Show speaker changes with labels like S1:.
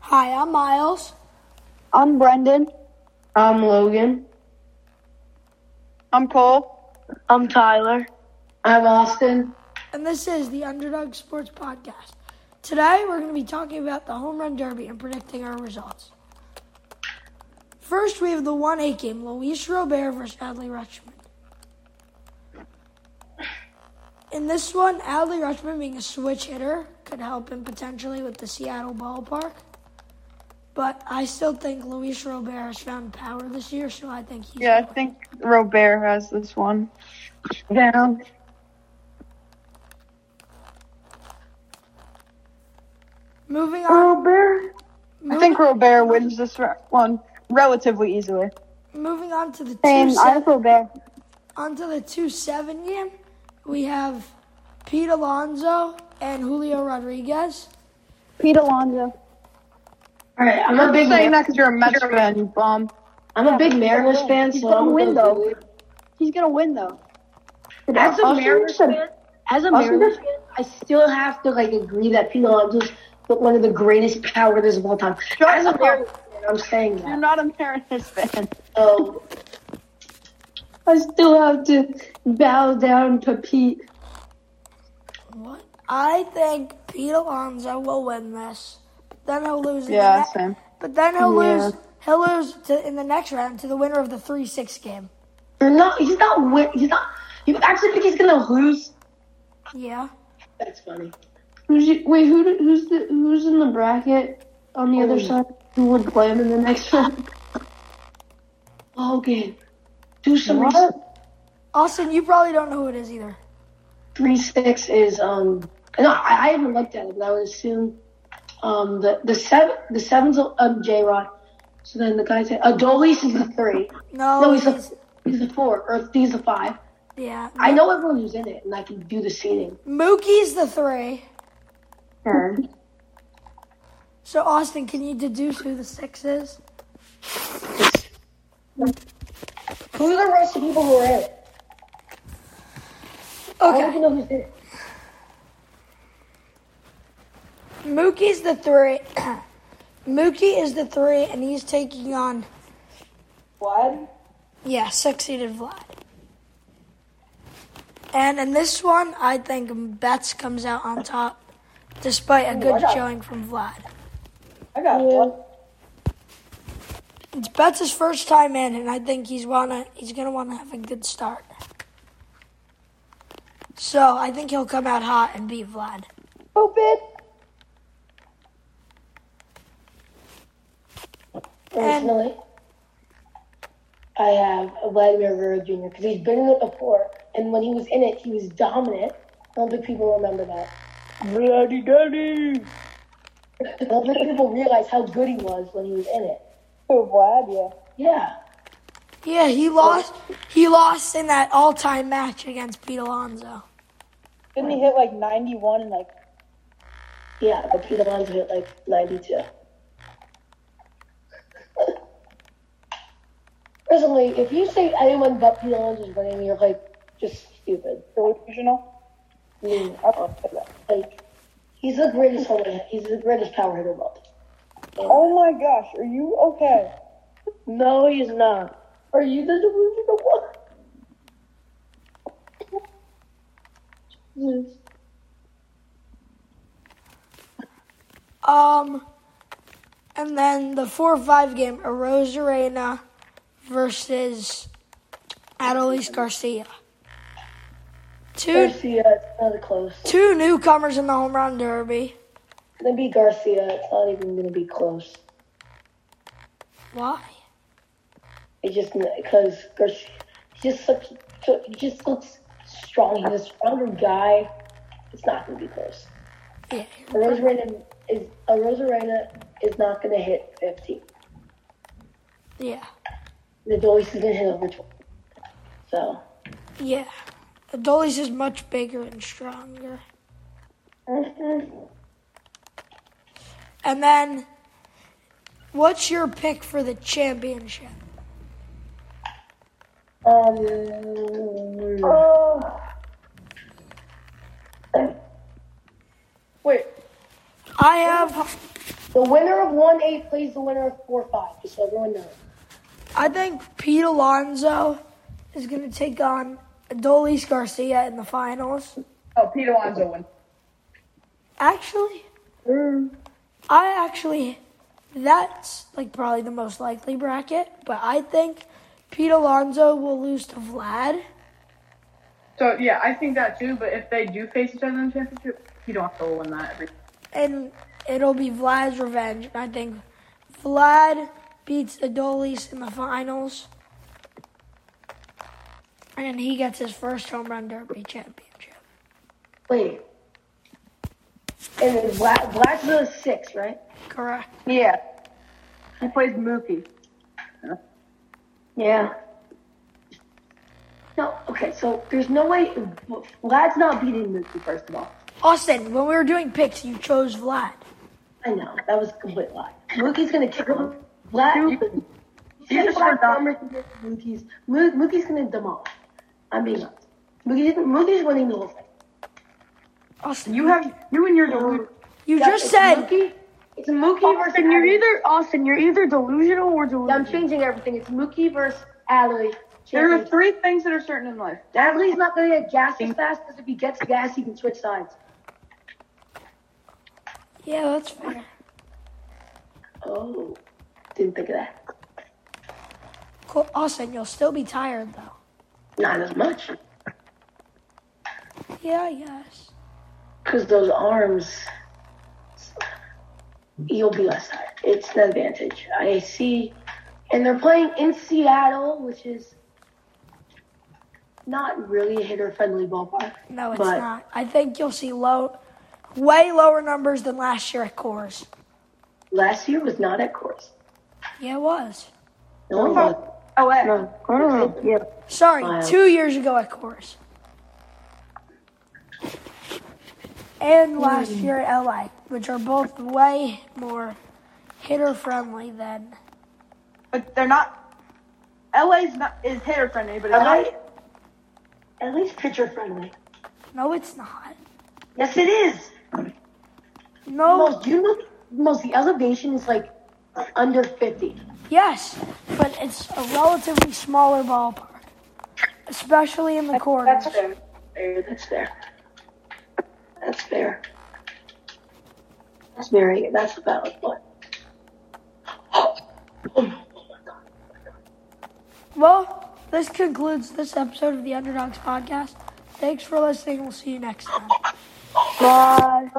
S1: Hi, I'm Miles.
S2: I'm Brendan.
S3: I'm Logan.
S4: I'm Cole.
S5: I'm Tyler.
S3: I'm Austin.
S1: And this is the Underdog Sports Podcast. Today we're going to be talking about the Home Run Derby and predicting our results. First, we have the 1A game Luis Robert versus Adley Rutschman. In this one, Adley Rutschman, being a switch hitter, could help him potentially with the Seattle ballpark. But I still think Luis Robert has found power this year, so I think he's.
S4: Yeah, I think Robert has this one.
S3: Down.
S1: Moving on.
S4: Robert? I think Robert wins this ra- one relatively easily.
S1: Moving on to the
S2: Same.
S1: two
S2: I have Robert.
S1: onto the two seven game, we have Pete Alonso and Julio Rodriguez.
S2: Pete Alonso.
S3: All right, I'm a
S4: I'm
S3: big
S4: saying
S3: Mar-
S4: that because you're a Mets fan, you bum.
S3: I'm a big Mariners fan,
S2: He's
S3: so
S2: gonna
S3: I'm
S2: win,
S3: gonna
S2: though.
S3: go with-
S2: He's gonna win though.
S3: As a
S2: Austin,
S3: Mariners
S2: said-
S3: fan, as a
S2: Austin
S3: Mariners fan, I still have to like agree that Pete Alonso's one of the greatest power hitters of all time.
S4: Shut
S3: As a
S4: up.
S3: Mariners fan, I'm saying
S4: You're
S3: that.
S4: not a Mariners fan.
S3: So I still have to bow down to Pete.
S1: What? I think Pete Alonso will win this. But then he'll lose. in the
S4: Yeah,
S1: ne-
S4: same.
S1: But then he'll
S3: Yeah.
S1: lose. He'll lose to, in the next round to the winner of the three six game.
S3: You're not. He's not. Win, he's not. You actually think he's gonna lose?
S1: Yeah.
S3: That's funny.
S6: Who's you, wait? Who do- who's the who's in the bracket on the other side? Who would play him in the next round?
S3: Logan, do some
S6: What?
S3: research.
S1: Austin, you probably don't know who it is either.
S3: Three six is um. No, I, I haven't looked at it, but I would assume um the the seven the sevens um J Rod. So then the guy said, Adolis is the three.
S1: No.
S3: No, he's
S1: he's-
S3: a he's a four or he's a five.
S1: yeah.
S3: I know everyone who's in it, and I can do the seating.
S1: Mookie's the three.
S3: Okay.
S1: So Austin, can you deduce who the six is?
S3: Who are the rest of the people who are in it? I don't
S1: Okay.
S3: even know who's in it.
S1: Mookie's the three. Mookie is the three, and he's taking on
S3: What?
S1: yeah six seeded Vlad. And in this one, I think Betts comes out on top, despite a good showing from Vlad.
S3: I got one.
S1: It's Betts' first time in, and I think he's wanna he's gonna wanna have a good start. So I think he'll come out hot and beat Vlad.
S2: Open.
S3: Personally, I have Vladimir Guerrero Jr. because he's been in it before, and when he was in it, he was dominant. I don't think people remember that.
S6: Bloody daddy!
S3: I don't think people realize how good he was when he was in it.
S2: Who Vlad? Yeah.
S3: Yeah,
S1: Yeah, he lost. He lost in that all-time match against Pete Alonso.
S2: Didn't he hit like 91 and like
S3: yeah, but Pete Alonso hit like 92. Personally, if you say anyone but Pete Alonso is winning, you're like just stupid.
S2: delusional?
S3: I mean,
S2: I
S5: Oh,
S2: don't think that.
S3: like he's the greatest. home run- He's the greatest power hitter of all time.
S2: Oh my gosh, are you okay?
S3: No, he's not. Are you the delusional one? Jesus.
S1: Um, and then the four-five game: Rosarena versus Adolis Garcia. Two
S3: Garcia, it's not close.
S1: two newcomers in the home run derby.
S3: It's gonna be Garcia. It's not even gonna be close.
S1: Why?
S3: It just because Garcia, he just looks, he just looks strong. He's a stronger guy. It's not gonna be close.
S1: Yeah,
S3: A Rosarena is a Rosarena is not gonna hit fifty.
S1: yeah,
S3: The Dolis is gonna hit over twenty. So
S1: yeah. Adolis is much bigger and stronger. And then, what's your pick for the championship?
S3: um.
S1: I have
S3: The winner of one eight plays the winner of four five. Just so everyone knows.
S1: I think Pete Alonso is going to take on Adolis Garcia in the finals.
S5: Oh, Pete Alonso wins.
S1: Actually, I actually, that's like probably the most likely bracket, but I think Pete Alonso will lose to Vlad.
S5: So yeah, I think that too. But if they do face each other in the championship, Pete Alonso will win that every.
S1: and it'll be Vlad's revenge. I think Vlad beats Adolis in the finals, and he gets his first home run derby championship.
S3: Wait. And then Black, Blackville is six, right?
S1: Correct.
S4: Yeah. He plays Mookie.
S3: Yeah. No, okay, so there's no way. Vlad's not beating Mookie, first of all.
S1: Austin, when we were doing picks, you chose Vlad.
S3: I know, that was a complete lie. Mookie's gonna kick him. Vlad, you,
S5: you just
S3: Vlad
S5: forgot-
S3: Palmer's gonna get Mookie's. Mook, Mookie's gonna demolish. I'm being honest. Mookie's, Mookie's winning the whole thing.
S1: Austin,
S5: You have you and your delusion.
S1: you
S3: Yeah,
S1: just
S3: it's
S1: said
S3: Mookie, it's Mookie versus
S6: Austin, you're
S3: Adley.
S6: either Austin, you're either delusional or
S3: I'm
S6: delusional.
S3: changing everything. It's Mookie versus Adley.
S5: There are three things that are certain in life.
S3: Adley's not gonna get gas as fast because if he gets gas, he can switch sides.
S1: yeah, that's fair.
S3: Oh, didn't think of that.
S1: Cool. Austin, you'll still be tired though.
S3: Not as much.
S1: Yeah, I guess.
S3: Because those arms, you'll be less tired. It's an advantage. I see. And they're playing in Seattle, which is not really a hitter friendly ballpark.
S1: No, it's
S3: But-
S1: not. I think you'll see low, way lower numbers than last year at Coors.
S3: Last year was not at course.
S1: Yeah, it was.
S3: No one was.
S4: Oh, wait.
S3: Yeah.
S1: Sorry,
S3: Wow.
S1: two years ago at Coors. And last year at LA, which are both way more hitter friendly than.
S4: But they're not. LA's not is hitter friendly, but it's
S3: LA,
S4: not.
S3: at least pitcher friendly.
S1: No, it's not.
S3: Yes, it is.
S1: No,
S3: Most, you know, most the elevation is like under 50.
S1: yes, but it's a relatively smaller ballpark, especially in the corners.
S3: fair. Fair, That's fair. That's fair. That's very. That's a valid point.
S1: Well, this concludes this episode of the Underdogs Podcast. Thanks for listening. We'll see you next time.